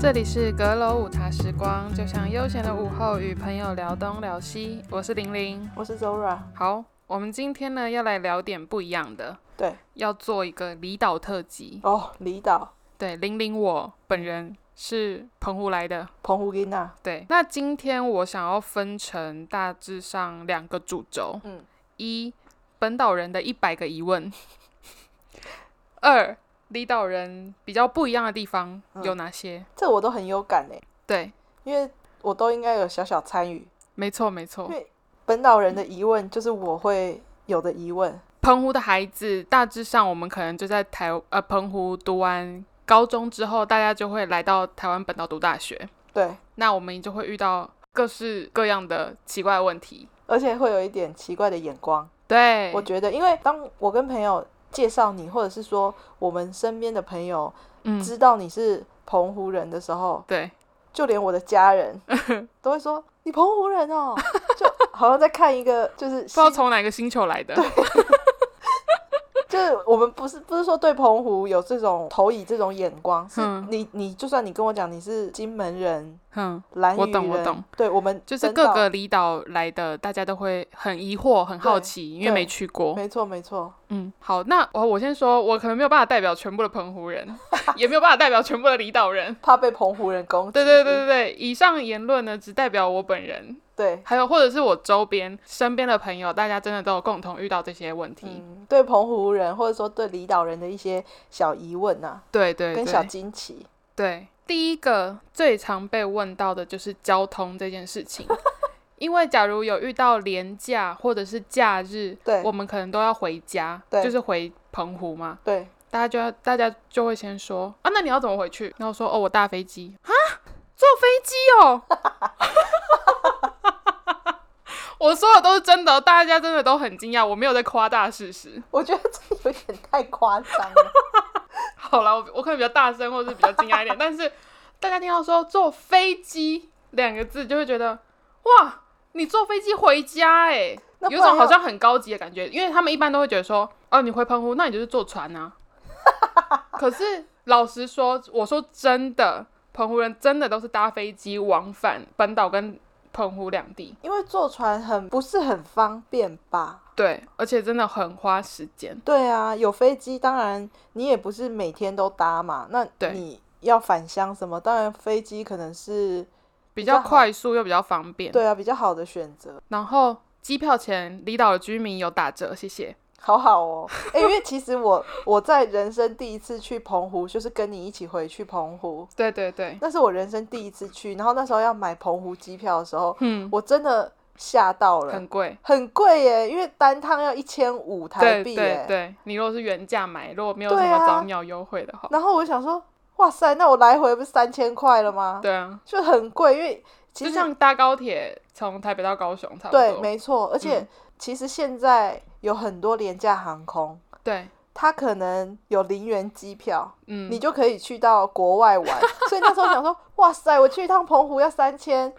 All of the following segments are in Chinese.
这里是阁楼午茶时光，就像悠闲的午后，与朋友聊东聊西。我是玲玲。我是 Zora。好，我们今天呢要来聊点不一样的，对，要做一个离岛特辑。哦，离岛对，玲玲我本人是澎湖来的。澎湖囡娜，对，那今天我想要分成大致上两个主轴：嗯，一，本岛人的一百个疑问； 二，离岛人比较不一样的地方嗯有哪些？这我都很有感哎，对，因为我都应该有小小参与。没错没错因。为本岛人的疑问就是我会有的疑问，澎湖的孩子，大致上我们可能就在台呃澎湖读完高中之后，大家就会来到台湾本岛读大学。对，那我们就会遇到各式各样的奇怪的问题。而且会有一点奇怪的眼光。对，我觉得，因为当我跟朋友介绍你，或者是说我们身边的朋友嗯，知道你是澎湖人的时候，对，就连我的家 人都会说你澎湖人哦，就好像在看一个 就是不知道从哪个星球来的。就是我们不是不是说对澎湖有这种投以这种眼光，是嗯你你就算你跟我讲你是金门人、嗯，兰屿我人，懂我懂，对我们就是本各岛个离岛来的，大家都会很疑惑、很好对奇，因为没对去过。没错没错，嗯，好，那我我先说，我可能没有办法代表全部的澎湖人，也没有办法代表全部的离岛人。怕被澎湖人攻击，对对对对对，以上言论呢，只代表我本人，对，还有或者是我周边身边的朋友，大家真的都有共同遇到这些问题。嗯，对澎湖人或者说对离岛人的一些小疑问呐、对对跟小对惊奇，对，第一个最常被问到的就是交通这件事 情，因为假如有遇到连假或者是假日，对我们可能都要回家，对就是回澎湖嘛。对，大家就要，大家就会先说啊，那你要怎么回去？然后说哦，我搭飞机啊，坐飞机哦。 我说的都是真的，大家真的都很惊讶，我没有在夸大事实。我觉得这有点太夸张了， 好了，我我可能比较大声，或是比较惊讶一点，但是大家听到说坐飞机两个字，就会觉得哇，你坐飞机回家哎、那有不然种好要像很高级的感觉，因为他们一般都会觉得说，哦，你回澎湖，那你就是坐船 啊。可是老实说，我说真的，澎湖人真的都是搭飞机往返本岛跟澎湖两地，因为坐船很不是很方便吧。对，而且真的很花时间。对啊，有飞机，当然你也不是每天都搭嘛。那对你要返乡什么？当然飞机可能是比较较好快速又比较方便，对啊比较好的选择，然后机票钱离岛的居民有打折，谢谢。好好哦。哎、因为其实我我在人生第一次去澎湖，就是跟你一起回去澎湖，对对对，那是我人生第一次去。然后那时候要买澎湖机票的时候，嗯，我真的吓到了，很贵。很贵耶，因为单趟要一千五台对币对耶。对，你如果是原价买，如果没有什对么啊早鸟优惠的话，然后我就想说，哇塞，那我来回不是三千块了吗？对啊，就很贵，因为其就实像搭高铁从台北到高雄差不对，多。没错，而且嗯其实现在有很多廉价航空，对，它可能有零元机票，嗯，你就可以去到国外玩。所以那时候想说，哇塞，我去一趟澎湖要三千，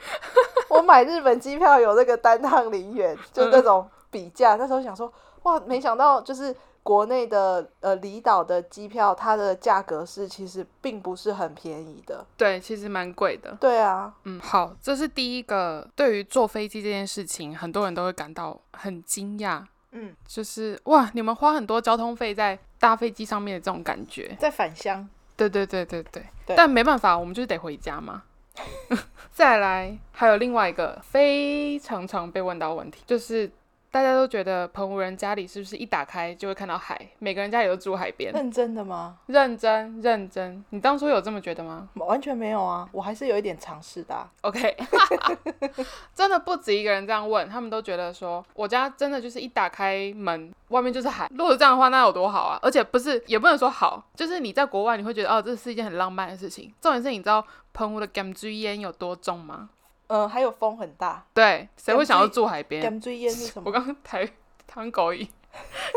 我买日本机票有那个单趟零元，就那种比价。那时候想说，哇，没想到就是。国内的呃离岛的机票，它的价格是其实并不是很便宜的。对，其实蛮贵的。对啊，嗯，好，这是第一个。对于坐飞机这件事情，很多人都会感到很惊讶，嗯，就是哇，你们花很多交通费在搭飞机上面的这种感觉。在返乡，对对对对对，对但没办法，我们就是得回家嘛。再来，还有另外一个非常常被问到的问题，就是大家都觉得澎湖人家里是不是一打开就会看到海？每个人家里都住海边，认真的吗？认真认真。你当初有这么觉得吗完全没有啊，我还是有一点尝试的啊、 ？OK，真的不止一个人这样问，他们都觉得说我家真的就是一打开门，外面就是海。如果是这样的话，那有多好啊！而且不是也不能说好，就是你在国外你会觉得哦，这是一件很浪漫的事情。重点是你知道澎湖的 g a m j 烟有多重吗？嗯，还有风很大。对，谁会想要 Gamji- 住海边？甘追烟是什我么？刚刚台汤狗 语，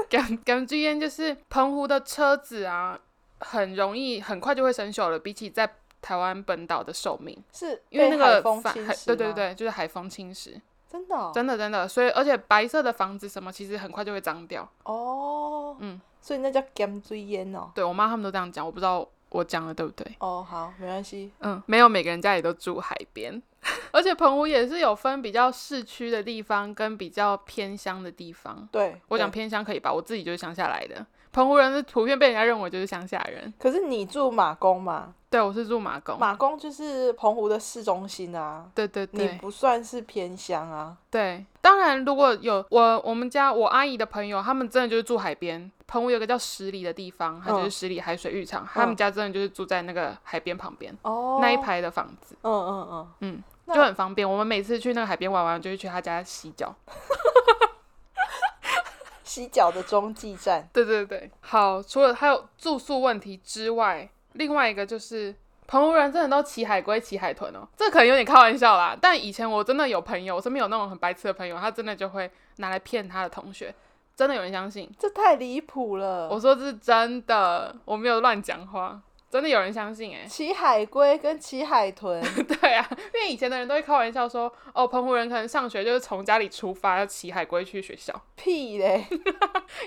感感觉烟就是澎湖的车子啊，很容易很快就会生锈了，比起在台湾本岛的寿命，是因为那被个海风反侵海蚀对对吗，对，就是海风侵蚀，真的哦真的真的，所以而且白色的房子什么，其实很快就会脏掉。哦，嗯，所以那叫甘追烟哦。对我妈他们都这样讲，我不知道我讲的对不对？哦，好，没关系。嗯，没有每个人家里都住海边， 而且澎湖也是有分比较市区的地方跟比较偏乡的地方。对，我对讲，偏乡可以吧？我自己就是乡下来的，澎湖人的普遍被人家认为就是乡下人。可是你住马公嘛？对，我是住马公。马公就是澎湖的市中心啊，对对你对不算是偏乡啊。对，当然如果有我我们家我阿姨的朋友，他们真的就是住海边。澎湖有个叫十里的地方，它就是十里海水浴场，他们家真的就是住在那个海边旁边、哦，那一，排的房子，嗯嗯嗯，嗯，那就很方便。我们每次去那个海边玩完，就会去他家洗脚。西角的中继站。对对对，好，除了还有住宿问题之外，另外一个就是澎湖人真的都骑海龟、骑海豚哦，这可能有点开玩笑啦。但以前我真的有朋友，我身边有那种很白痴的朋友，他真的就会拿来骗他的同学，真的有人相信。这太离谱了！我说这是真的，我没有乱讲话，真的有人相 信哎、骑海龟跟骑海 豚，对啊，因为以前的人都会开玩笑说，哦，澎湖人可能上学就是从家里出发，要骑海龟去学校。 屁嘞，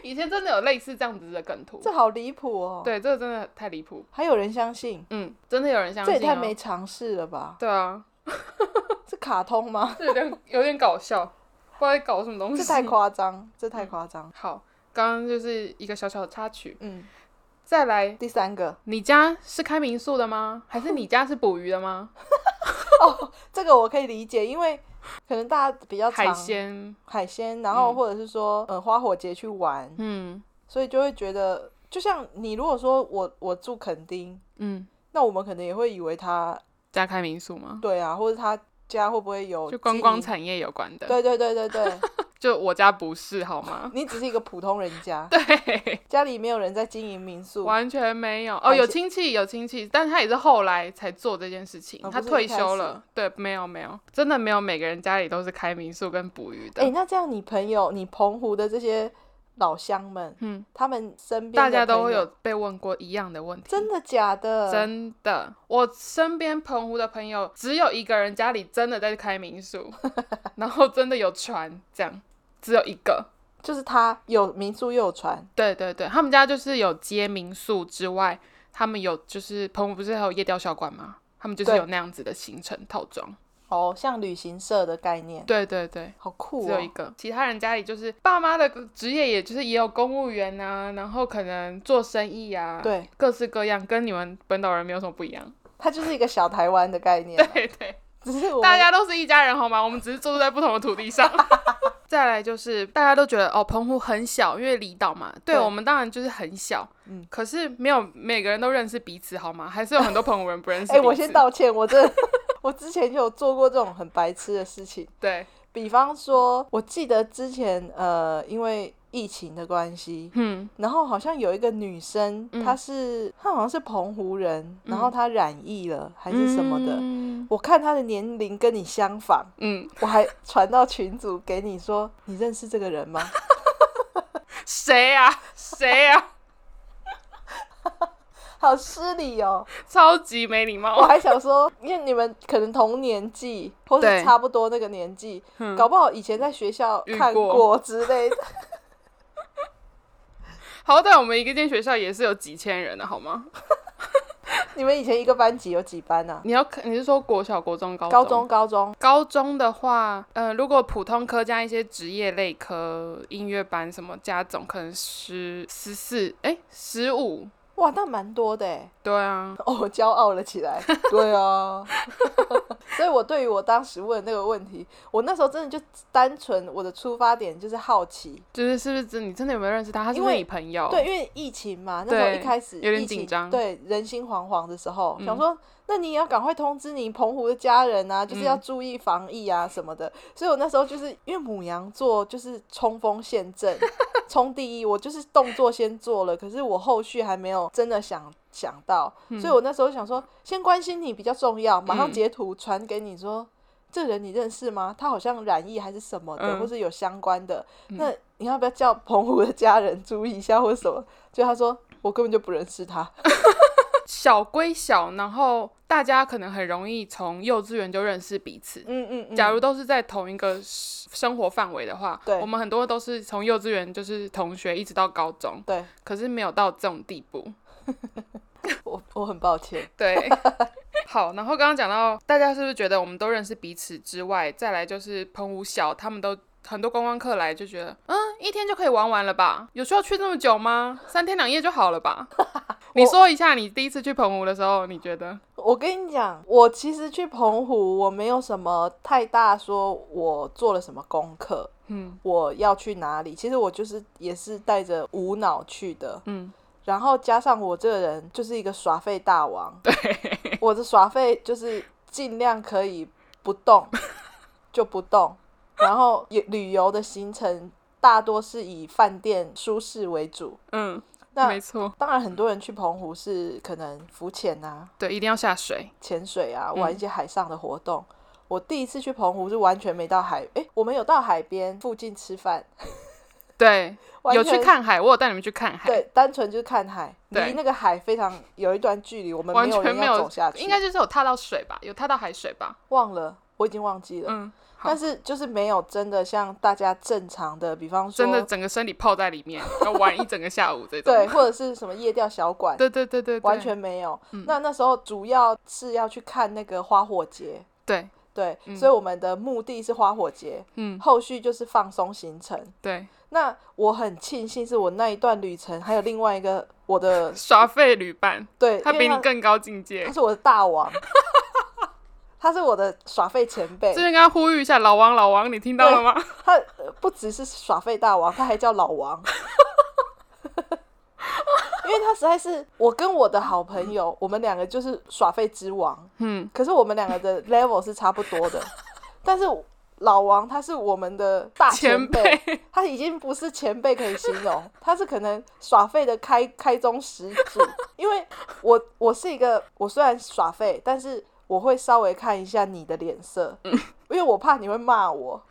以前真的有类似这样子的梗图这，好离谱哦！，对，这个真的太离谱。还有人相信，嗯，真的有人相这信、哦。也太没尝试了吧？对啊，这卡通吗？这有点有点搞笑，不知道在搞什么东西。这太夸张，这太夸张。好，刚刚就是一个小小的插曲。嗯，再来，第三个，你家是开民宿的吗？还是你家是捕鱼的吗？这个我可以理解，因为可能大家比较常海鲜，海鲜，然后嗯或者是说，呃，花火节去玩，嗯所以就会觉得，就像你如果说我我住垦丁，嗯，那我们可能也会以为他家开民宿吗？对啊，或者他家会不会有就观光经营？产业有关的，对对对 对对，？就我家不是好吗 你只是一个普通人家，对，家里没有人在经营民宿，完全没有。海哦，鲜有亲戚有亲戚，但他也是后来才做这件事情，哦他不是退一开休始了。对，没有没有，真的没有每个人家里都是开民宿跟捕鱼的。哎、那这样你朋友，你澎湖的这些老乡们，嗯，他们身边大的家都朋会友有，被问过一样的问题。真的假的？真的，我身边澎湖的朋友只有一个人家里真的在开民 宿，然后真的有船，这样只有一个。就是他有民宿又有船，对对对，他们家就是有接民宿之外，他们有就是澎湖不是还有夜钓小馆吗？他们就是对有那样子的行程套装。哦，像旅行社的概念，对对对。好酷只有一哦！个，其他人家里就是爸妈的职业，也就是也有公务员啊，然后可能做生意啊，，对，各式各样，跟你们本岛人没有什么不一样。它就是一个小台湾的概念啊，对对，只是我们哎大家都是一家人好吗？我们只是住在不同的土地 上。再来就是大家都觉得哦，澎湖很小，因为离岛嘛。对对我们当然就是很小，嗯可是没有每个人都认识彼此好吗？还是有很多澎湖人不认识彼 哎、此。我先道歉，我真的 我之前就有做过这种很白痴的事情，对，比方说，我记得之前呃，因为疫情的关系，嗯然后好像有一个女生，嗯她是她好像是澎湖人，嗯然后她染疫了还是什么的。嗯我看她的年龄跟你相仿，嗯，我还传到群组给你说，你认识这个人吗？ 谁呀、谁啊呀、好失礼哦！ 超级没礼我貌。还想说，因为你们可能同年纪，或对是差不多那个年纪，嗯搞不好以前在学校遇看过过之类的。好歹我们一个间学校也是有几千人的好吗？你们以前一个班级有几班啊？你要看你是说国小、国中、高高中、高中，高中的话，呃，如果普通科加一些职业类科、音乐班什么加总，可能十十四，哎，十五。哇，那蛮多的哎。对啊，哦，我骄傲了起来。对啊， 所以我对于我当时问的那个问题，我那时候真的就单纯我的出发点就是好奇，就是是不是真你真的有没有认识他？他是不因是为你朋友？对，因为疫情嘛，那时候对一开始有点疫情紧张对，人心惶惶的时候，嗯想说那你也要赶快通知你澎湖的家人啊，就是嗯要注意防疫啊什么的。所以我那时候就是因为母羊座就是冲锋陷阵，冲第一，我就是动作先做了，可是我后续还没有真的想。想到，所以我那时候想说，先关心你比较重要，马上嗯截图传给你说，这人你认识吗？他好像染疫还是什么的，嗯或是有相关的。那你要不要叫澎湖的家人注意一下，或者什么？就他说我根本就不认识他，小归小，然后大家可能很容易从幼稚园就认识彼此。嗯嗯嗯，假如都是在同一个生活范围的话，对我们很多都是从幼稚园就是同学一直到高中，对，可是没有到这种地步。我我很抱歉，对， 好，然后刚刚讲到，大家是不是觉得我们都认识彼此之外，再来就是澎湖小，他们都很多观光客来就觉得，嗯，一天就可以玩完了吧？有需要去那么久吗？三天两夜就好了 吧？你说一下你第一次去澎湖的时候，你觉得？我跟你讲，我其实去澎湖，我没有什么太大说我做了什么功课，嗯我要去哪里。其实我就是也是带着无脑去的，嗯，然后加上我这个人就是一个耍废大王，对， 我的耍废就是尽量可以不 动就不动，然后也旅游的行程大多是以饭店舒适为主。嗯，那没错，当然，很多人去澎湖是可能浮潜啊、对，一定要下水，潜水啊，嗯玩一些海上的活动。我第一次去澎湖是完全没到海，诶，我们有到海边附近吃饭，对，完有全去，看海，我有带你们去看海，对，单纯就是看海，对离那个海非常有一段距离，我们完有全人没要有走下，去，应该就是有踏到水吧，有踏到海水吧？忘了，我已经忘记了。嗯，好但是就是没有真的像大家正常的，比方说真的整个身体泡在里面，要玩一整个下午这种。对，或者是什么夜钓小馆，对对对 对，对嗯完全没有。那那时候主要是要去看那个花火节，对，对，所以我们的目的是花火节，嗯，后续就是放松行程。对，那我很庆幸是我那一段旅程，还有另外一个我的呃耍废旅伴，对，他因比为你更高境界他，。是我的大 王，他是我的耍废前辈这，边跟他呼吁一下，老王，老王，你听到了吗？他呃不只是耍废大王，他还叫老 王，因为他实在是我跟我的好朋友，我们两个就是耍废之王，嗯，可是我们两个的 level 是差不 多的，但是老王他是我们的大啊前前辈，他已经不是前辈可以形容，他是可能耍废的开开宗始祖，因为我我是一个我虽然耍废，但是我会稍微看一下你的脸色，嗯因为我怕你会 骂我。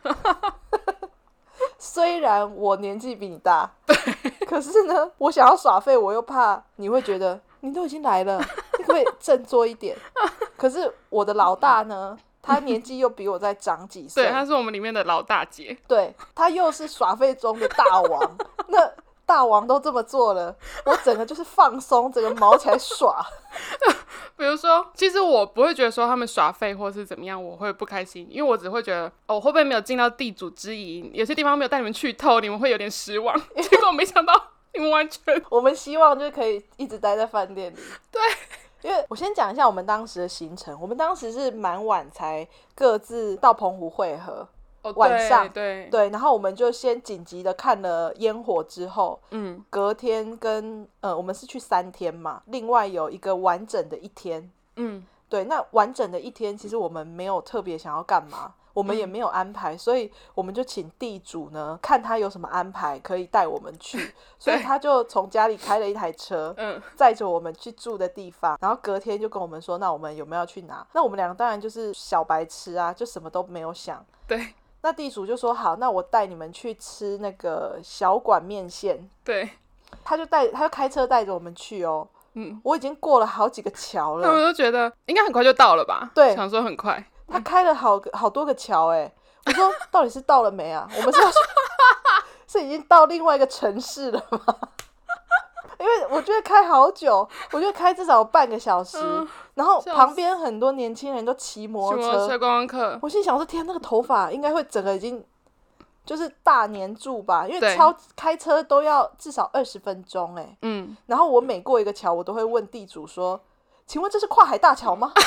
虽然我年纪比你大，可是呢，我想要耍废，我又怕你会觉得你都已经来了，你可不可以振作一 点？可是我的老大呢，他年纪又比我再长几岁，对，他是我们里面的老大姐，对他又是耍废中的大王， 那大王都这么做了，我整个就是放松，整个毛起来耍。 比如说，其实我不会觉得说他们耍废或是怎么样，我会不开心，因为我只会觉得哦，我会不会没有尽到地主之谊？有些地方没有带你们去透，你们会有点失 望。结果没想到你们完全我们希望就是可以一直待在饭店里。对。因为我先讲一下我们当时的行程，我们当时是蛮晚才各自到澎湖汇合，哦，晚上对，对对，然后我们就先紧急的看了烟火之后，嗯，隔天跟呃我们是去三天嘛，另外有一个完整的一天，嗯，对，那完整的一天，其实我们没有特别想要干嘛，我嗯们也没有安排，所以我们就请地主呢，看他有什么安排可以带我们 去，所以他就从家里开了一台车，嗯，载着我们去住的地方，然后隔天就跟我们说，那我们有没有要去哪？那我们两个当然就是小白痴啊，就什么都没有想。对那地主就说好，那我带你们去吃那个小馆面线，对，他就带他就开车带着我们去哦。嗯，我已经过了好几个桥 了他，们都觉得应该很快就到了吧？对想说很快，他开了好个好多个桥哎、我说到底是到了没啊？我们是要去 是已经到另外一个城市了吗？ 因为我觉得开好久，我觉得开至少有半个小时，嗯然后笑死旁边很多年轻人都骑摩什托么车，车观光客，我心想说天，那个头发应该会整个已经就是大年柱吧，因为对超开车都要至少二十分钟哎、嗯，然后我每过一个桥，我都会问地主说：“请问这是跨海大桥吗？”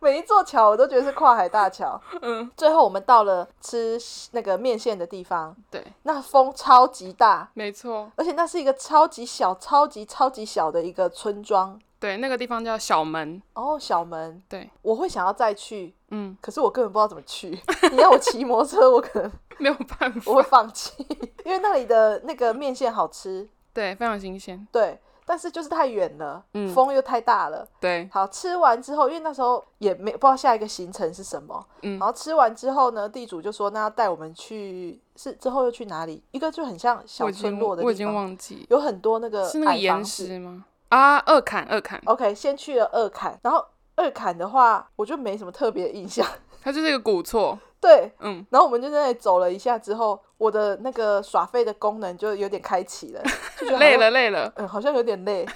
每一座桥我都觉得是跨海大桥。嗯，最后我们到了吃那个面线的地方，对，那风超级大，没错，而且那是一个超级小、超级超级小的一个村庄。对，那个地方叫小门，哦，小门，对，我会想要再去，嗯，可是我根本不知道怎么去。 你让我骑摩托车，我可能 没有办法，我会放弃， 因为那里的那个面线好吃，对，非常新鲜，对，但是就是太远了，嗯风又太大了。对，好，吃完之后，因为那时候也没不知道下一个行程是什么，嗯然后吃完之后呢，地主就说那要带我们去，是之后又去哪里？一个就很像我小已村经落的我已地经方，忘记有很多那个是那个矮房岩子。石吗？啊，二坎二坎， OK，先去了二坎，然后二坎的话，我就没什么特别印象。 它就是一个古厝，对，嗯，然后我们就在那里走了一下之后，我的那个耍废的功能就有点开启了，就觉得好像累了累了，嗯，好像有点累。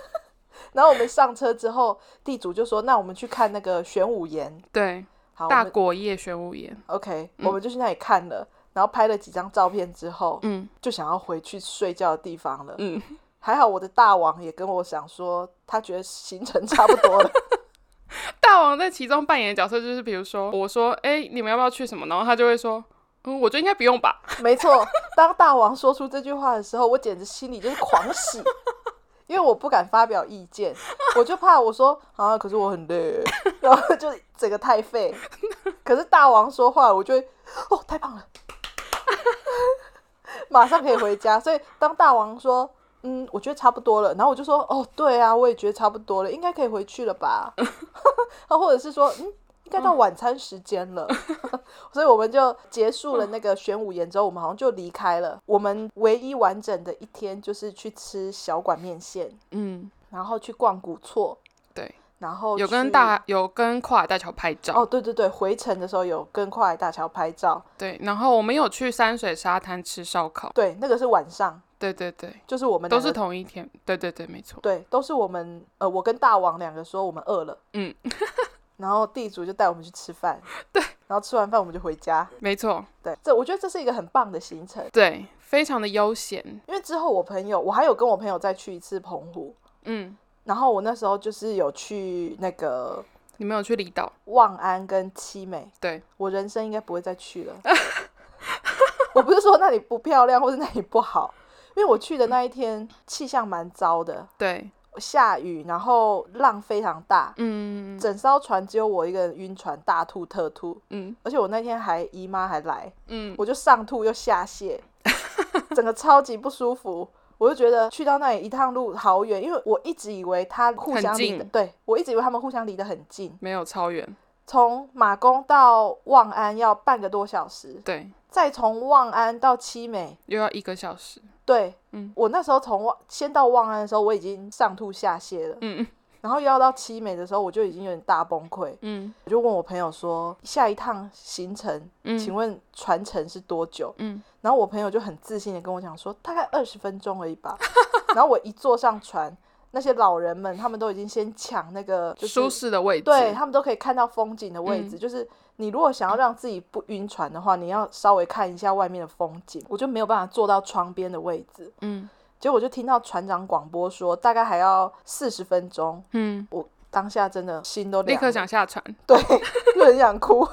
然后我们上车之后，地主就说：“那我们去看那个玄武岩。对，”好，我大们果叶玄武岩， OK，、我们就去那里看了，然后拍了几张照片之后，嗯就想要回去睡觉的地方了。嗯，还好我的大王也跟我想说，他觉得行程差不多了。大王在其中扮演的角色就是，比如说我说，哎、你们要不要去什么？然后他就会说，嗯，我觉得应该不用吧。没错，当大王说出这句话的时候，我简直心里就是狂喜， 因为我不敢发表意见，我就怕我说啊，可是我很累，然后就整个太废。可是大王说话，我就会哦，太棒了， 马上可以回家。所以当大王说。嗯，我觉得差不多了，然后我就说，哦，对啊，我也觉得差不多了，应该可以回去了吧？ 啊，或者是说，嗯，应该到晚餐时间了。所以我们就结嗯束了那个玄武岩之后，我们好像就离开了。我们唯一完整的一天就是去吃小馆面线，嗯，然后去逛古厝，对，然后嗯有跟去大有跟跨海大桥拍照，哦哦，对对对，回程的时候有跟跨海大桥拍照，对，然后我们有去山水沙滩吃烧烤，对，那个是晚上，对对对，就是我们都两是个同一天，对对对，没错，对，都是我们呃，我跟大王两个说我们饿了，嗯， 然后地主就带我们去吃饭，对，然后吃完饭我们就回家，没错，对，这我觉得这是一个很棒的行程，对，非常的悠闲，因为之后我朋友，我还有跟我朋友再去一次澎湖，嗯，然后我那时候就是有去那个你们有去离岛，望安跟七美，对，我人生应该不会再去了。我不是说那里不漂亮或是那里不好，因为我去的那一天气象蛮糟的，对，下雨，然后浪非常大，嗯整艘船只有我一个人晕船，大吐特吐，嗯而且我那天还姨妈还来，嗯，我就上吐又下 泻，整个超级不舒服。我就觉得去到那里一趟路好远，因为我一直以为他互相离很的，近对我一直以为他们互相离得很近，嗯没有超远，从马公到望安要半个多小时，对，再从望安到七美，又要一个小时，对，嗯我那时候从望先到望安的时候，我已经上吐下泻了，嗯然后又要到七美的时候，我就已经有点大崩溃，嗯我就问我朋友说，下一趟行程，嗯请问船程是多久？嗯然后我朋友就很自信的跟我讲说，大概二十分钟而已吧。 然后我一坐上船，那些老人们他们都已经先抢那个嗯，就是舒适的位置，嗯对他们都可以看到风景的位置，就是你如果想要让自己不晕船的话，你要稍微看一下外面的风景。我就没有办法坐到窗边的位置，嗯结果我就听到船长广播说大概还要四十分钟。嗯，我当下真的心都立凉了，刻想下船，对，就很想哭。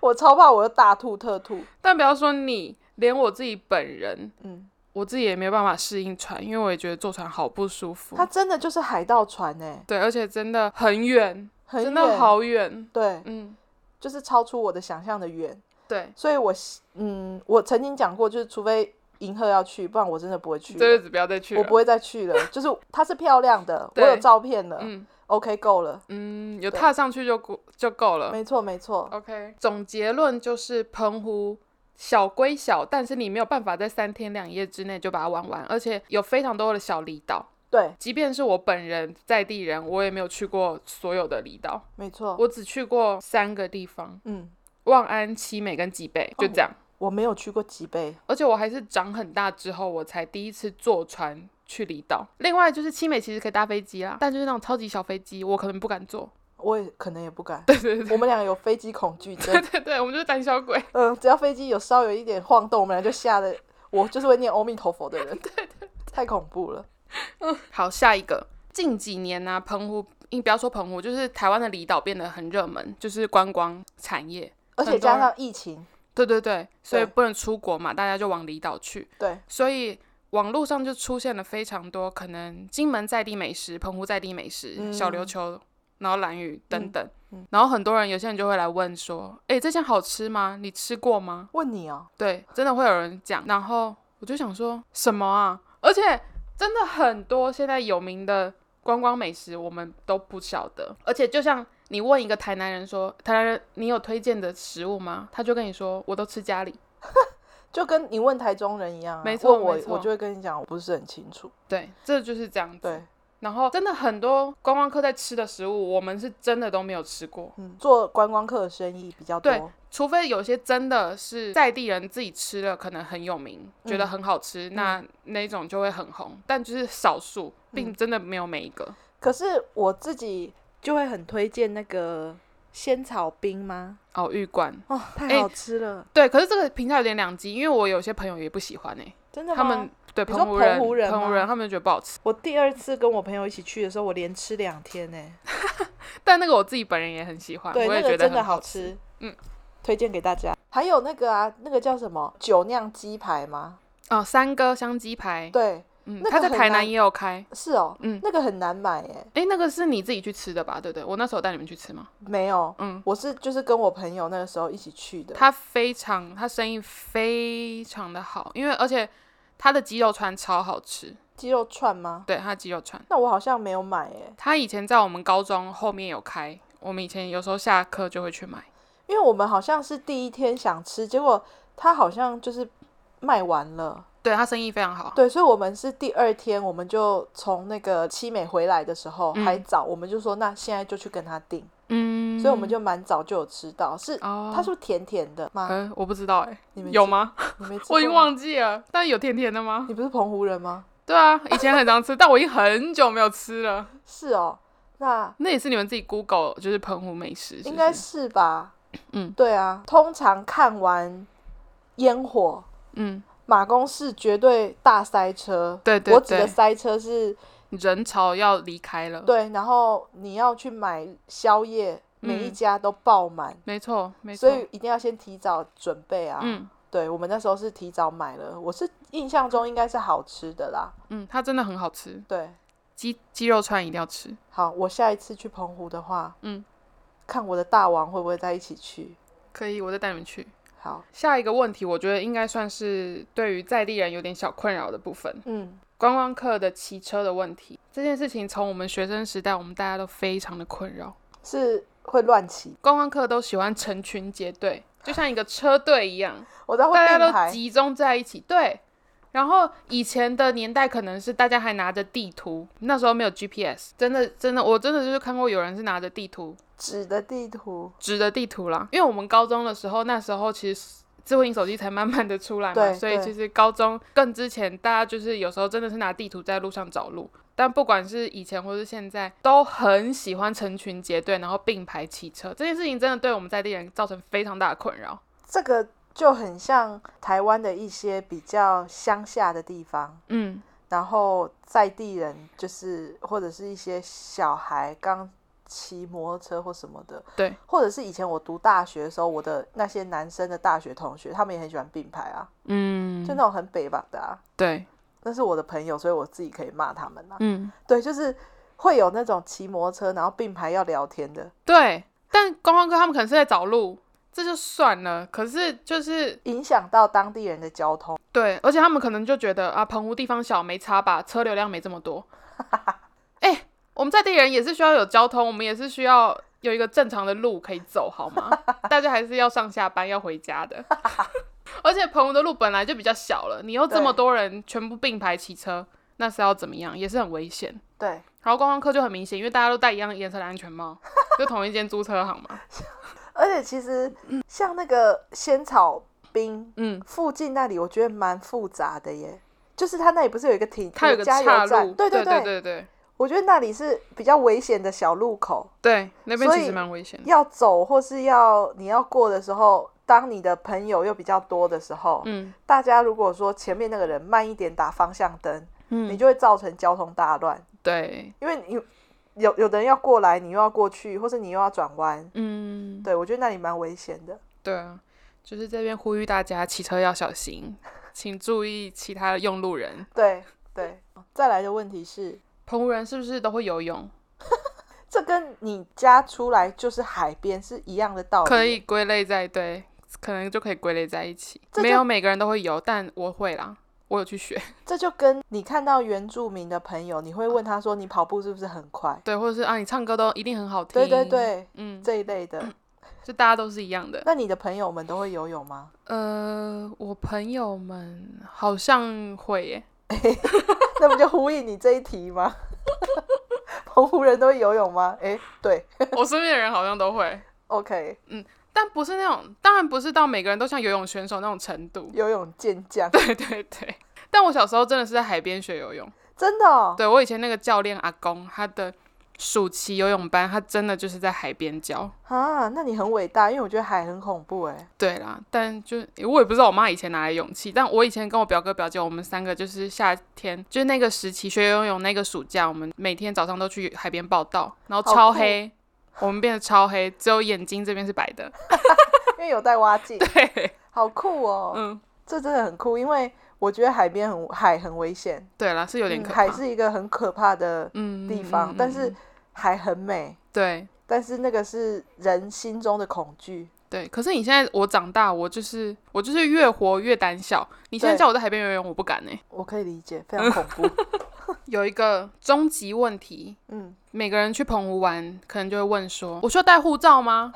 我超怕我又大吐特吐，但不要说你，连我自己本人，嗯，我自己也没有办法适应船，因为我也觉得坐船好不舒服它。真的就是海盗船哎、对，而且真的很远，很真远的好远。对，嗯，就是超出我的想象的远。对，所以我希，嗯，我曾经讲过，就是除非银赫要去，不然我真的不会去这了，辈子不要再去了。我不会再去了。就是它是漂亮的，我对有照片了、嗯 o k 够了，嗯，哦有对踏上去就够就够了。没错没错， OK，总结论就是澎湖。小归小，但是你没有办法在三天两夜之内就把它玩完，而且有非常多的小离岛。对，即便是我本人在地人，我也没有去过所有的离岛，没错，哦我只去过三个地方。嗯，望安、七美跟吉北，就这样。我没有去过吉贝，而且我还是长很大之后，我才第一次坐船去离岛。另外就是七美其实可以搭飞机啦，但就是那种超级小飞机，我可能不敢 坐。我也可能也不敢。对对对我们俩有飞机恐惧 症对，对对，我们就是胆小鬼。嗯，只要飞机有稍有一点晃动，我们俩就吓得，我就是会念阿弥陀佛的 人，对对太恐怖了。好，下一个。近几年呢、澎湖，你不要说澎湖，就是台湾的离岛变得很热门，就是观光产业。而且很多加人上疫情，对对对，所以对不能出国嘛，大家就往离岛去。对，所以网络上就出现了非常多可能金门在地美食、澎湖在地美食、嗯小琉球，然后兰屿等等。嗯然后很多人，有些人就会来问说：“诶，这间好吃吗？你吃过吗问你哦，？”对，真的会有人讲。然后我就想说什么啊？而且真的很多现在有名的观光美食，我们都不晓得。而且就像你问一个台南人说：“台南人，你有推荐的食物吗？”他就跟你说：“我都吃家里。就跟你问台中人一样、啊，没错问我没错我就会跟你讲，我不是很清楚。对，这就是这样子。对，然后真的很多观光客在吃的食物，我们是真的都没有吃过。嗯，做观光客的生意比较多。对除非有些真的是在地人自己吃了，可能很有名，觉得很好吃，那那种就会很红，但就是少数，并真的没有每一个。可是我自己就会很推荐那个仙草冰吗？哦，玉冠，哦，太哎好吃了，对，可是这个评价有点两极，因为我有些朋友也不喜欢哎、真的吗？他们对你说澎湖澎湖人澎湖吗人他们觉得不好吃，我第二次跟我朋友一起去的时候，我连吃两天呢、但那个我自己本人也很喜欢，对，我那也个觉真的很好吃。吃，嗯，推荐给大家。还有那个啊，那个叫什么酒酿鸡排吗？哦，三哥香鸡排，对，嗯，那他个在很台难南也有开。是哦，嗯那个很难买耶，诶，那个是你自己去吃的吧？对不对？我那时候带你们去吃嘛。没有，嗯，我是就是跟我朋友那个时候一起去的，他非常，他生意非常的好，因为而且他的鸡肉串超好吃，鸡肉串吗？对他鸡肉串，那我好像没有买耶，他以前在我们高中后面有开，我们以前有时候下课就会去买。因为我们好像是第一天想吃，结果他好像就是卖完了。对他生意非常好，对，所以我们是第二天，我们就从那个七美回来的时候嗯还早，我们就说那现在就去跟他订，嗯，所以我们就蛮早就有吃到，是、哦，它是不是甜甜的吗？呃，我不知道哎、啊你没有吃？吗？你没吃？我已经。忘记了，但有甜甜的吗？你不是澎湖人吗？对啊，以前很常吃，但我已经很久没有吃了。是哦，那那也是你们自己 Google 就是澎湖美食，是不应该是是吧？嗯，对啊。通常看完烟火，嗯，马公市绝对大塞车。对对我指的对嗯塞车是人潮要离开了，对，然后你要去买宵夜，每一嗯家都爆满，没错没错所，以一定要先提早准备啊。嗯对我们那时候是提早买了，我是印象中应该是好吃的啦。嗯，它真的很好吃，对，鸡鸡肉串一定要吃，好，我下一次去澎湖的话，嗯，看我的大王会不会再一起去。可以，我再带你们去。好，下一个问题，我觉得应该算是对于在地人有点小困扰的部分，嗯，观光客的骑车的问题。这件事情从我们学生时代，我们大家都非常的困扰。是会乱骑，观光客都喜欢成群结 队，就像一个车队一样，我知道会大家并都排，集中在一起。对，然后以前的年代可能是大家还拿着地图，那时候没有 GPS，真的真的，我真的就是看过有人是拿着地图，纸的地图，纸的地图啦。因为我们高中的时候，那时候其实。智慧型手机才慢慢的出来嘛，对所以对其实高中更之前，大家就是有时候真的是拿地图在路上找路。但不管是以前或是现在，都很喜欢成群结队，然后并排骑车。这件事情真的对我们在地人造成非常大的困扰。这个就很像台湾的一些比较乡下的地方，嗯，然后在地人就是或者是一些小孩刚骑摩托车或什么的，对，或者是以前我读大学的时候，我的那些男生的大学同学，他们也很喜欢并排啊，嗯就那种很北吧的啊。对，那是我的朋友，所以我自己可以骂他们啦、啊嗯，对，就是会有那种骑摩托车然后并排要聊天的，对。但观光客他们可能是在找路，这就算了。可是就是影响到当地人的交通。对，而且他们可能就觉得啊，澎湖地方小没差吧，车流量没这么多。哎、我们在地人也是需要有交通，我们也是需要有一个正常的路可以走，好吗？ 大家还是要上下班，要回家的。 而且澎湖的路本来就比较小了，你又这么对多人全部并排骑车，那是要怎么样？也是很危险。对，然后观光客就很明显，因为大家都戴一样颜色的安全帽，就同一间租车行 嘛。而且其实像那个仙草冰嗯，附近那里，我觉得蛮复杂的耶。就是它那里不是有一个停，它有个加岔油路站，，对对对，对对我觉得那里是比较危险的小路口，对，那边所其实以蛮危险的。要走或是要你要过的时候，当你的朋友又比较多的时候，嗯大家如果说前面那个人慢一点打方向灯，你嗯，就会造成交通大乱，对，因为你有有的人要过来，你又要过去，或是你又要转弯。嗯，对，我觉得那里蛮危险的。对啊，就是这边呼吁大家骑车要小心，请注意其他的用路人。对对，再来的问题是，澎湖人是不是都会游泳？这跟你家出来就是海边是一样的道理。可以，归类在对，可能就可以归类在一起。这就没有每个人都会游，但我会啦，我有去学。这就跟你看到原住民的朋友，你会问他说你跑步是不是很快？对，或者是啊，你唱歌都一定很好听。对对，对，嗯，这一类的。就大家都是一样的。那你的朋友们都会游泳吗？呃，我朋友们好像会耶，那不就呼应你这一题吗？ 澎湖人都会游泳吗？诶，对我身边的人好像都会， ，OK，但不是那种，当然不是到每个人都像游泳选手那种程度。游泳健将，对对对。但我小时候真的是在海边学游泳。真的、哦，对我以前那个教练阿公，他的暑期游泳班，他真的就是在海边教。啊，那你很伟大，因为我觉得海很恐怖哎。对啦，但就我也不知道我妈以前哪来勇气，但我以前跟我表哥表姐，我们三个就是夏天，就是那个时期学游泳那个暑假，我们每天早上都去海边报道，然后好超酷黑，我们变得超黑，只有眼睛这边是白的。 因为有带蛙镜，对，好酷哦、嗯，这真的很酷，因为我觉得海边很海很危险，对啦，是有点嗯可怕。海是一个很可怕的嗯地嗯方，嗯但嗯是嗯海很美，对但是那个是人心中的恐惧。对，可是你现在我长大，我就是我就是越活越胆小。你现在对叫我在海边游泳，我不敢呢、欸我可以理解，非常恐 怖。有一个终极问题，嗯，每个人去澎湖玩，可能就会问说：我需要带护照吗？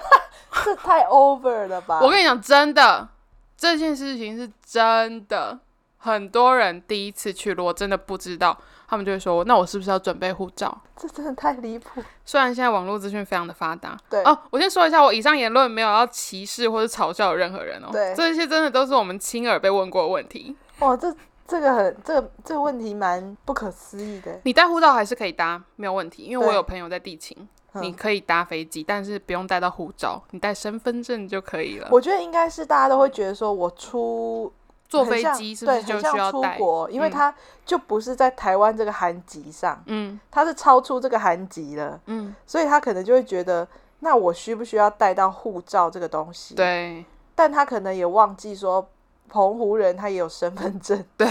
这太 over 了吧？我跟你讲，真的，这件事情是真的。很多人第一次去，如果真的不知道，他们就会说：那我是不是要准备护照？这真的太离谱。虽然现在网络资讯非常的发达，对哦，我先说一下，我以上言论没有要歧视或者嘲笑任何人哦，对这些真的都是我们亲耳被问过的问题。哇，哦这这个很这个这个问题蛮不可思议的。你带护照还是可以搭，没有问题，因为我对有朋友在地勤，你嗯，可以搭飞机，但是不用带到护照，你带身份证就可以了。我觉得应该是大家都会觉得说，我出坐很飞像机是不对是就很需像要出带？国，因为嗯它就不是在台湾这个韩籍上，嗯它是超出这个韩籍了，嗯，所以他可能就会觉得，那我需不需要带到护照这个东西？，对但他可能也忘记说，澎湖人他也有身份证， 对，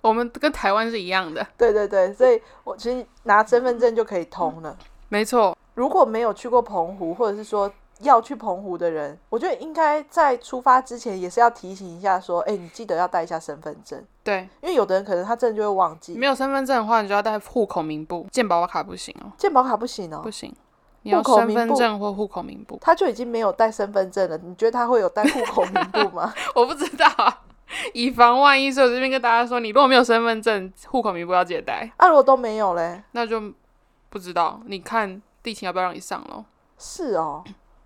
我们跟台湾是一样的，对对对，所以我其实拿身份证就可以通了。没错。如果没有去过澎湖，或者是说要去澎湖的人，我觉得应该在出发之前也是要提醒一下，说，哎、你记得要带一下身份证，对，因为有的人可能他真的就会忘记没。有身份证的话，你就要带户口名簿、健保卡不行哦，健保卡不行哦不，行，你户要口身名份簿证或户口名簿。他就已经没有带身份证了，你觉得他会有带户口名簿 吗？我不知道啊，以防万一，所以我这边跟大家说，你如果没有身份证、户口名簿要借带，啊，如果都没有嘞，那就不知道。你看地勤要不要让你上喽？是哦，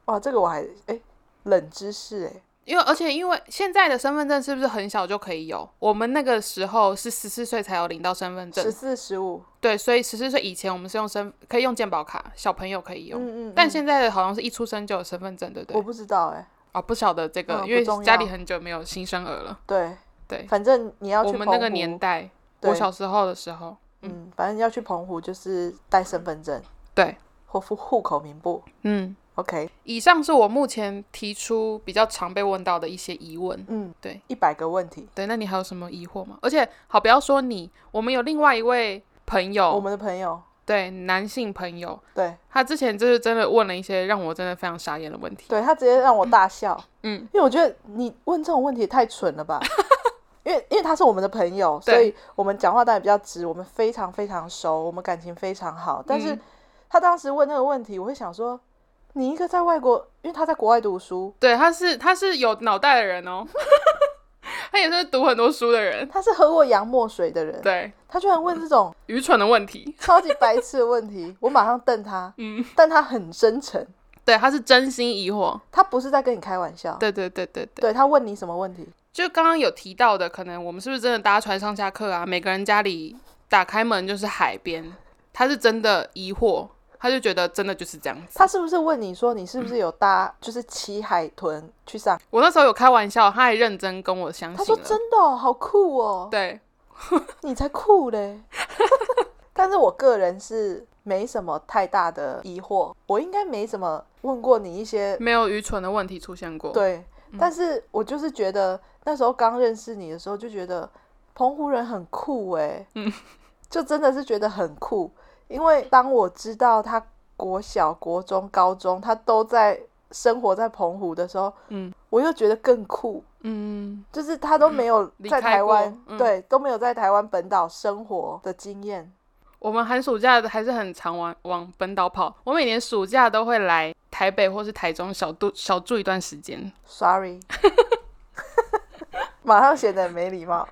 哇，这个我还哎、冷知识哎、因为而且因为现在的身份证是不是很小就可以有？我们那个时候是十四岁才有领到身份十证，四十五，对，所以十四岁以前我们是用身可以用健保卡，小朋友可以用。嗯嗯，但嗯现在的好像是一出生就有身份证，对不我对？不知道哎、哦，不晓得这个，嗯因为不重要家里很久没有新生儿了。对对反正你要去我们那个澎湖年，代，对我小时候的时候，嗯，反正要去澎湖就是带身份证对，或户户口名簿嗯， ，OK，以上是我目前提出比较常被问到的一些疑问。嗯，对，一百个问题。对，那你还有什么疑惑吗？而且，好，不要说你，我们有另外一位朋我友，们的朋友，对，男性朋友，对他之前就是真的问了一些让我真的非常傻眼的问题。对，他直接让我大笑，嗯因为我觉得你问这种问题也太蠢 了吧。因为因为他是我们的朋友，对所以我们讲话当然比较直，我们非常非常熟，我们感情非常好。但是嗯他当时问那个问题，我会想说，你一个在外国，因为他在国外读书，对，他是他是有脑袋的人哦， 他也是读很多书的人，他是喝过洋墨水的人，对，他居然问 这种愚蠢的问题，超级白痴的问题，我马上瞪他。嗯，但他很真诚，对，他是真心疑惑，他不是在跟你开玩笑。对对对对对，对，他问你什么问题？就刚刚有提到的，可能我们是不是真的搭船上下课啊？每个人家里打开门就是海边，他是真的疑惑，他就觉得真的就是这样子。他是不是问你说你是不是有搭，就是骑海豚去上？我那时候有开玩笑，他还认真跟我相他信说了。真的、哦，好酷哦，嗯啊对，你才酷嘞。 但是我个人是没什么太大的疑惑，我应该没怎么问过你一些没有愚蠢的问题出现过。，对，嗯但是我就是觉得那时候刚认识你的时候，就觉得澎湖人很酷哎、嗯，就真的是觉得很酷，因为当我知道他国小、国中、高中他都在生活在澎湖的时候，嗯，我又觉得更酷，嗯，就是他都没有离在开台湾过，嗯对，都没有在台湾本岛生活的经验，我们寒暑假还是很常往往本岛跑。我每年暑假都会来台北或是台中小度小住一段时间。 Sorry，马上显得很没礼貌。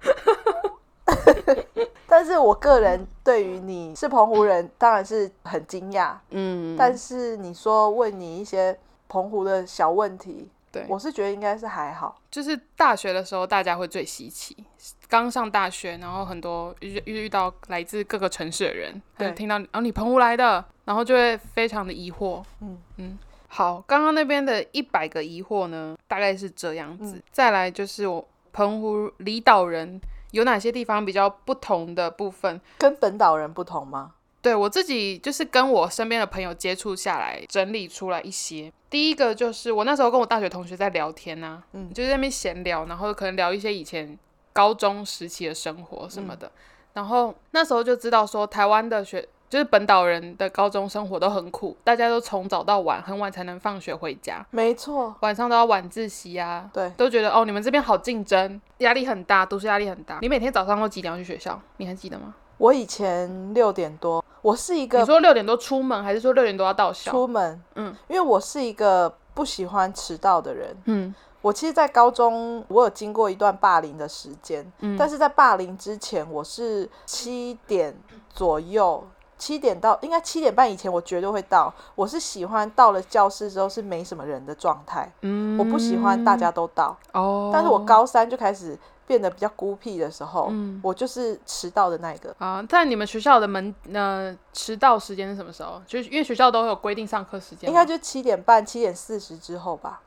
但是我个人对于你是澎湖人，当然是很惊讶。嗯，但是你说问你一些澎湖的小问题，对我是觉得应该是还好。就是大学的时候，大家会最稀奇。刚上大学，然后很多遇遇遇到来自各个城市的人，对就听到哦你澎湖来的，然后就会非常的疑惑。嗯嗯，好，刚刚那边的一百个疑惑呢，大概是这样子。嗯再来就是我澎湖离岛人有哪些地方比较不同的部分？跟本岛人不同吗？对我自己就是跟我身边的朋友接触下来，整理出来一些。第一个就是我那时候跟我大学同学在聊天呐、嗯就在那边闲聊，然后可能聊一些以前高中时期的生活什嗯么的。然后那时候就知道说，台湾的学就是本岛人的高中生活都很苦，大家都从早到晚，很晚才能放学回家，没错，晚上都要晚自习啊。对都觉得哦，你们这边好竞争，压力很大，读书压力很大。你每天早上都几点要去学校？你还记得吗？我以前六点多，我是一你个说六点多出门，还是说六点多要到校？出门，嗯，因为我是一个不喜欢迟到的人。嗯，我其实，在高中我有经过一段霸凌的时间，嗯但是在霸凌之前，我是七点左右，七点到应该七点半以前，我绝对会到。我是喜欢到了教室之后是没什么人的状态，嗯，我不喜欢大家都到。哦。但是我高三就开始变得比较孤僻的时候，嗯我就是迟到的那一个。啊，但你们学校的门呃迟到时间是什么时候？就是因为学校都有规定上课时间应嘛，该就七点半、七点四十之后吧。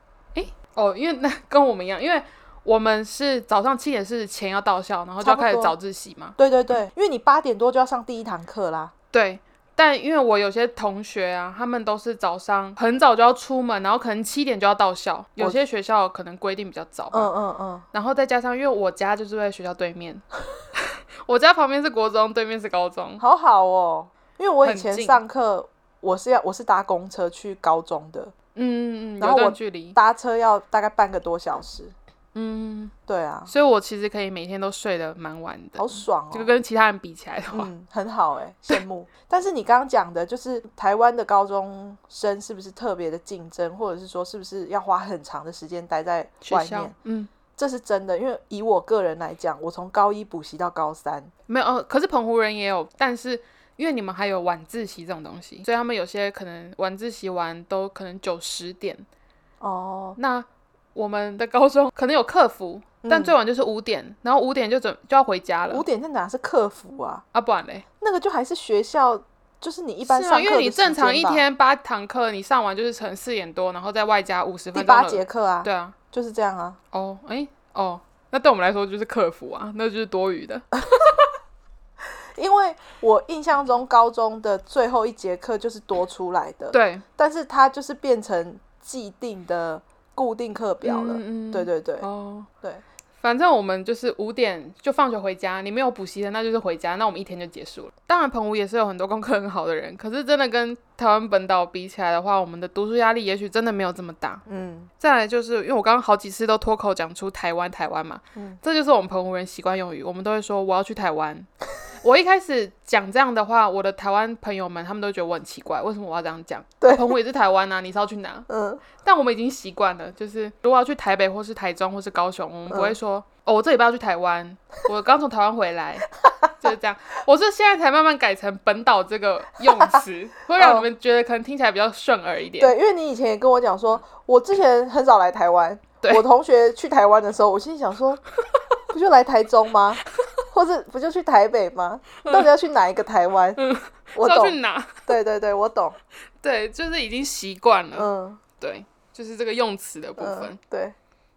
哦，因为那跟我们一样，因为我们是早上七点四十前要到校，然后就要差不多开始早自习嘛。对对对，因为你八点多就要上第一堂课啦。对，但因为我有些同学啊，他们都是早上很早就要出门，然后可能七点就要到校，有我些学校可能规定比较早吧。嗯嗯嗯，然后再加上，因为我家就住在学校对面， 我家旁边是国中，对面是高中。好好哦。因为我以前很近上课，我是要我是搭公车去高中的，嗯，嗯嗯有然后我段距离。搭车要大概半个多小时。嗯，对啊，所以我其实可以每天都睡得蛮晚的好，爽就哦。跟其他人比起来的话，嗯，很好哎、羡慕。 但是你刚刚讲的，就是台湾的高中生是不是特别的竞争，或者是说是不是要花很长的时间待在学外校面？嗯这是真的，因为以我个人来讲，我从高一补习到高三，没有、哦，可是澎湖人也有，但是因为你们还有晚自习这种东西，所以他们有些可能晚自习完都可能九十点，哦，那我们的高中可能有客服，但嗯最晚就是五点，然后五点就准就要回家五了，点在哪是客服啊？啊不然嘞，那个就还是学校，就是你一般是上啊，课的因为你时间正常一吧天八堂课，你上完就是成四点多，然后再外加五十第分钟八的节课啊，对啊，就是这样啊。哦，诶，哦，那对我们来说就是客服啊，那就是多余呃的。因为我印象中高中的最后一节课就是多出来的，对，但是它就是变成既定的固定课表了。嗯嗯嗯对对对哦，对，反正我们就是五点就放学回家，你没有补习的那就是回家，那我们一天就结束了。当然，澎湖也是有很多功课很好的人，可是真的跟台湾本岛比起来的话，我们的读书压力也许真的没有这么大。嗯，再来就是因为我刚刚好几次都脱口讲出台湾台湾嘛，嗯这就是我们澎湖人习惯用语，我们都会说我要去台湾。 我一开始讲这样的话，我的台湾朋友们他们都觉得我很奇怪，为什么我要这样讲？对澎湖也是台湾啊，你是要去哪？嗯，但我们已经习惯了，就是如果要去台北或是台中或是高雄，我们不会嗯说、哦，我这礼拜要去台湾，我刚从台湾回来， 就是这样。我是现在才慢慢改成本岛这个用 词，会让你们觉得可能听起来比较顺耳一点。哦对，因为你以前也跟我讲说，我之前很少来台湾对，我同学去台湾的时候，我心里想说，不就来台 中吗？或者不就去台北吗？嗯到底要去哪一个台湾？我是要去懂，哪？对对对，我懂，对，就是已经习惯了。嗯对，就是这个用词的部分。嗯，对，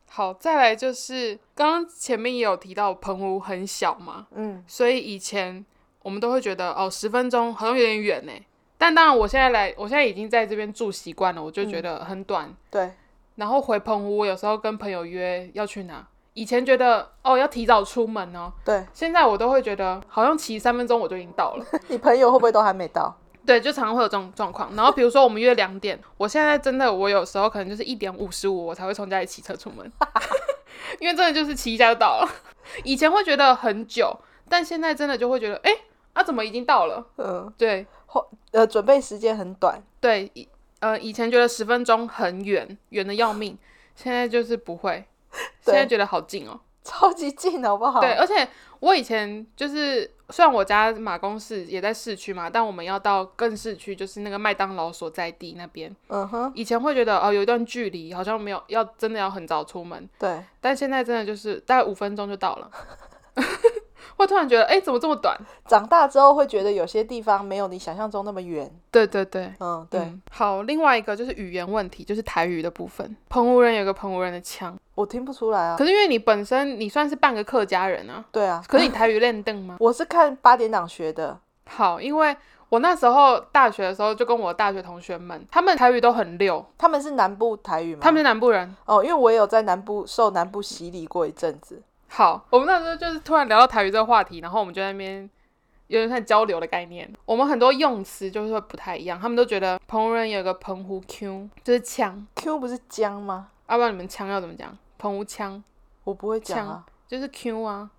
好，再来就是刚刚前面也有提到澎湖很小嘛，嗯，所以以前我们都会觉得哦，十分钟好像有点远呢。但当然，我现在来，我现在已经在这边住习惯了，我就觉嗯得很短。对，然后回澎湖，我有时候跟朋友约要去哪，以前觉得哦要提早出门哦，对，现在我都会觉得好像骑三分钟我就已经到了。你朋友会不会都还没到？对，就常常会有这种状况。然后比如说我们约两点，我现在真的我有时候可能就是一点五十五我才会从家里骑车出门， 因为真的就是骑一下就到了。以前会觉得很久，但现在真的就会觉得，哎、啊怎么已经到了？嗯，对呃，准备时间很短， 对，以呃以前觉得十分钟很远，远的要命，现在就是不会，现对哦在觉得好近哦。超级近，好不好？对，，而且我以前就是，虽然我家马公市也在市区嘛，但我们要到更市区，就是那个麦当劳所在地那边。嗯哼，以前会觉得哦，有一段距离，好像没有要真的要很早出门，对，但现在真的就是大概五分钟就到了。 会突然觉得，哎、怎么这么短？长大之后会觉得有些地方没有你想象中那么远。对对对，嗯，对，嗯好，另外一个就是语言问题，就是台语的部分。澎湖人有个澎湖人的腔，我听不出来啊。可是因为你本身你算是半个客家人啊，对啊，可是你台语练凳 吗？我是看八点档学的。好，因为我那时候大学的时候就跟我大学同学们，他们台语都很溜，他们是南部台语吗？他们是南部人。哦，因为我也有在南部受南部洗礼过一阵子。好，我们那时候就是突然聊到台语这个话题，然后我们就在那边有点像交流的概念。我们很多用词就是会不太一样，他们都觉得澎湖人有个澎湖腔，就是腔， Q 不是江吗？要、不然你们腔要怎么讲？澎湖腔我不会讲啊。就是 Q 啊。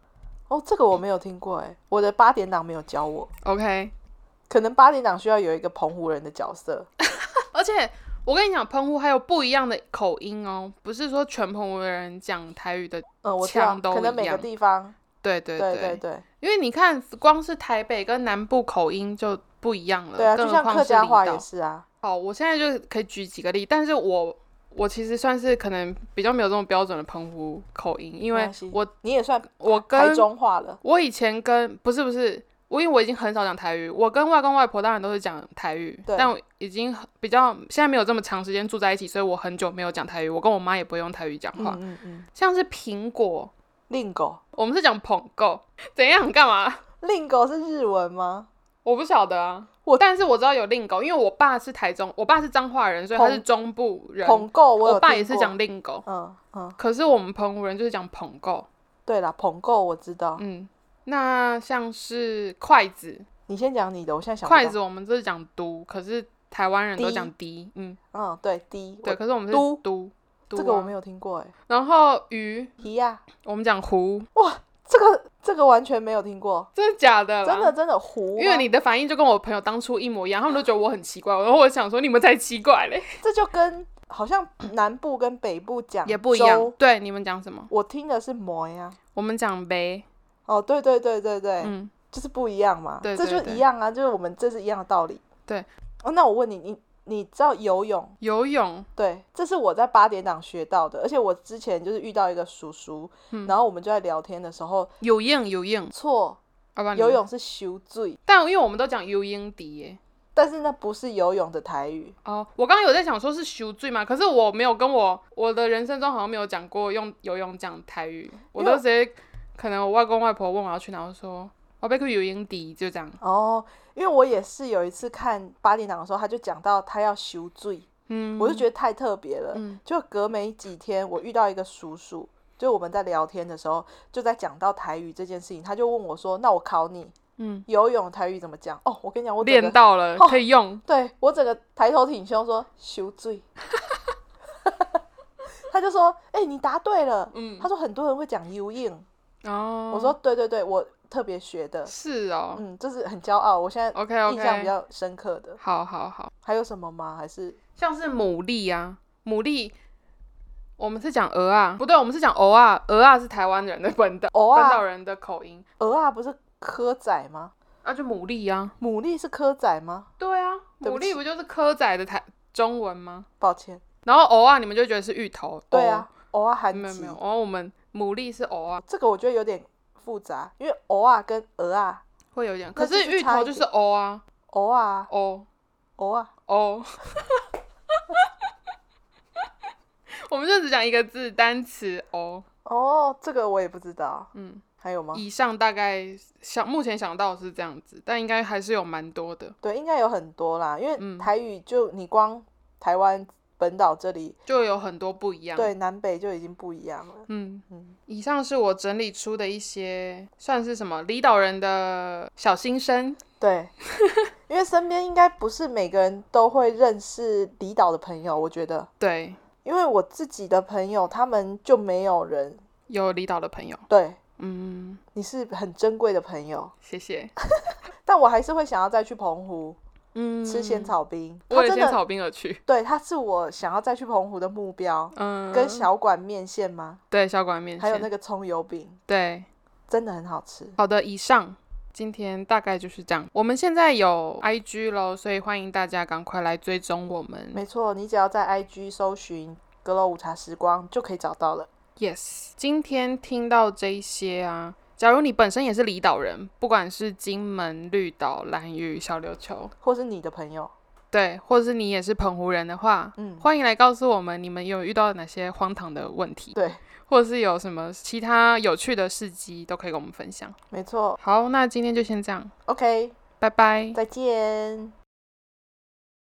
哦，这个我没有听过哎、我的八点档没有教我。 OK，可能八点档需要有一个澎湖人的角色。而且我跟你讲，澎湖还有不一样的口音哦，不是说全澎湖的人讲台语的。嗯，我知道，腔都可能每一个样地方，对对对对对因为你看，光是台北跟南部口音就不一样了，对啊，更何就像况客是家离话岛也是啊。好，我现在就可以举几个例，但是我我其实算是可能比较没有这种标准的澎湖口音，因没为关系我你也算我台跟中话了。我以前跟不是不是，我因为我已经很少讲台语，我跟外公外婆当然都是讲台语，对但我已经很比较现在没有这么长时间住在一起，所以我很久没有讲台语，我跟我妈也不会用台语讲嗯话，嗯嗯，像是苹果，令狗，我们是讲捧够，怎样干嘛？令狗是日文吗？我不晓得啊，我但是我知道有令狗，因为我爸是台中，我爸是彰化人，所以他捧是中部人。捧购哦我有我爸听也是过讲，令狗，嗯嗯，哦可是我们澎湖人就是讲捧狗。对啦，捧购我知道。嗯，那像是筷子，你先讲你的，我现在想不筷到，子我们就是讲嘟，可是台湾人都滴讲滴。嗯，嗯，对，滴，对，我，可是我们是嘟嘟嘟啊。这个我没有听过哎。然后鱼，皮呀，我们讲湖，这个这个完全没有听过，真的假的？啊真的。真的湖吗，因为你的反应就跟我朋友当初一模一样，他们都觉得我很奇怪，然后我想说你们才奇怪嘞，这就跟好像南部跟北部讲也不一样州。对，你们讲什么？我听的是摩呀。我们讲呗，哦，对对对对对，嗯，就是不一样嘛，对这对就对一样啊，就是我们这是一样的道理。对，哦，那我问你，你你知道游泳？游泳，对，这是我在八点档学到的，而且我之前就是遇到一个叔叔，嗯然后我们就在聊天的时候，游泳，游泳，错，好吧，你游们泳是修醉，但因为我们都讲游泳底耶。但是那不是游泳的台语，哦，我刚刚有在想说是羞罪嘛，可是我没有跟我我的人生中好像没有讲过用游泳讲台语，我都直接可能我外公外婆问我要去哪，我就说我被去游泳底就这样。哦，因为我也是有一次看八点档的时候，他就讲到他要修醉，嗯，我就觉得太特别了。嗯就隔没几天，我遇到一个叔叔，就我们在聊天的时候，就在讲到台语这件事情，他就问我说：“那我考你，嗯游泳台语怎么讲？”哦，我跟你讲，我整练个到了、哦可以用，对我整个抬头挺胸说“羞 醉”，他就说：“哎、你答对了。”嗯他说很多人会讲游泳，哦，我说：“对对对，我特别学的。”是哦、嗯，就是很骄傲，我现在 o k 印象比 OK，较深刻的好好好，还有什么吗？还是像是牡蛎啊，牡蛎。我们是讲鹅啊，不对，我们是讲鹅啊，鹅啊是台湾人的本岛鹅本岛啊，人的口音，鹅啊，不是蚵仔吗？那、就牡蛎啊，牡蛎是蚵仔吗？对啊，对不牡起蛎不就是蚵仔的台中文吗？抱歉，然后偶尔你们就觉得是芋头，对啊，偶尔藕，含没有鸡没有，，然后我们牡蛎是偶啊，这个我觉得有点复杂，因为偶尔跟鹅啊，会有一点，那可就是是芋差一头就是偶啊，偶啊，偶偶啊，偶， 我们就只讲一个字单词偶，哦，这个我也不知道，嗯，还有吗？以上大概想目前想到的是这样子，但应该还是有蛮多的，对，应该有很多啦，因为嗯台语就你光台湾本岛这里，就有很多不一样，，对南北就已经不一样 了。嗯。嗯，以上是我整理出的一些算是什么离岛人的小心声，对，因为身边应该不是每个人都会认识离岛的朋友，我觉得，对，因为我自己的朋友他们就没有人，有离岛的朋友，对，嗯，你是很珍贵的朋友。谢谢。但我还是会想要再去澎湖，嗯，吃仙，草冰，它为了真仙的草冰而去，对，它是我想要再去澎湖的目标，嗯，跟小馆面线吗？对小馆面线，还有那个葱油饼，对，真的很好吃。好的，以上今天大概就是这样。我们现在有 IG 喽，所以欢迎大家赶快来追踪我们。没错，你只要在 IG 搜寻“阁楼午茶时光”就可以找到了。 Yes，今天听到这些啊。假如你本身也是离岛人，不管是金门、绿岛、兰屿、小琉球，或是你的朋友，对，或者是你也是澎湖人的话，嗯，欢迎来告诉我们你们有遇到哪些荒唐的问题，对，或者是有什么其他有趣的事迹，都可以跟我们分享。没错。好，那今天就先这样， OK，拜拜。再见。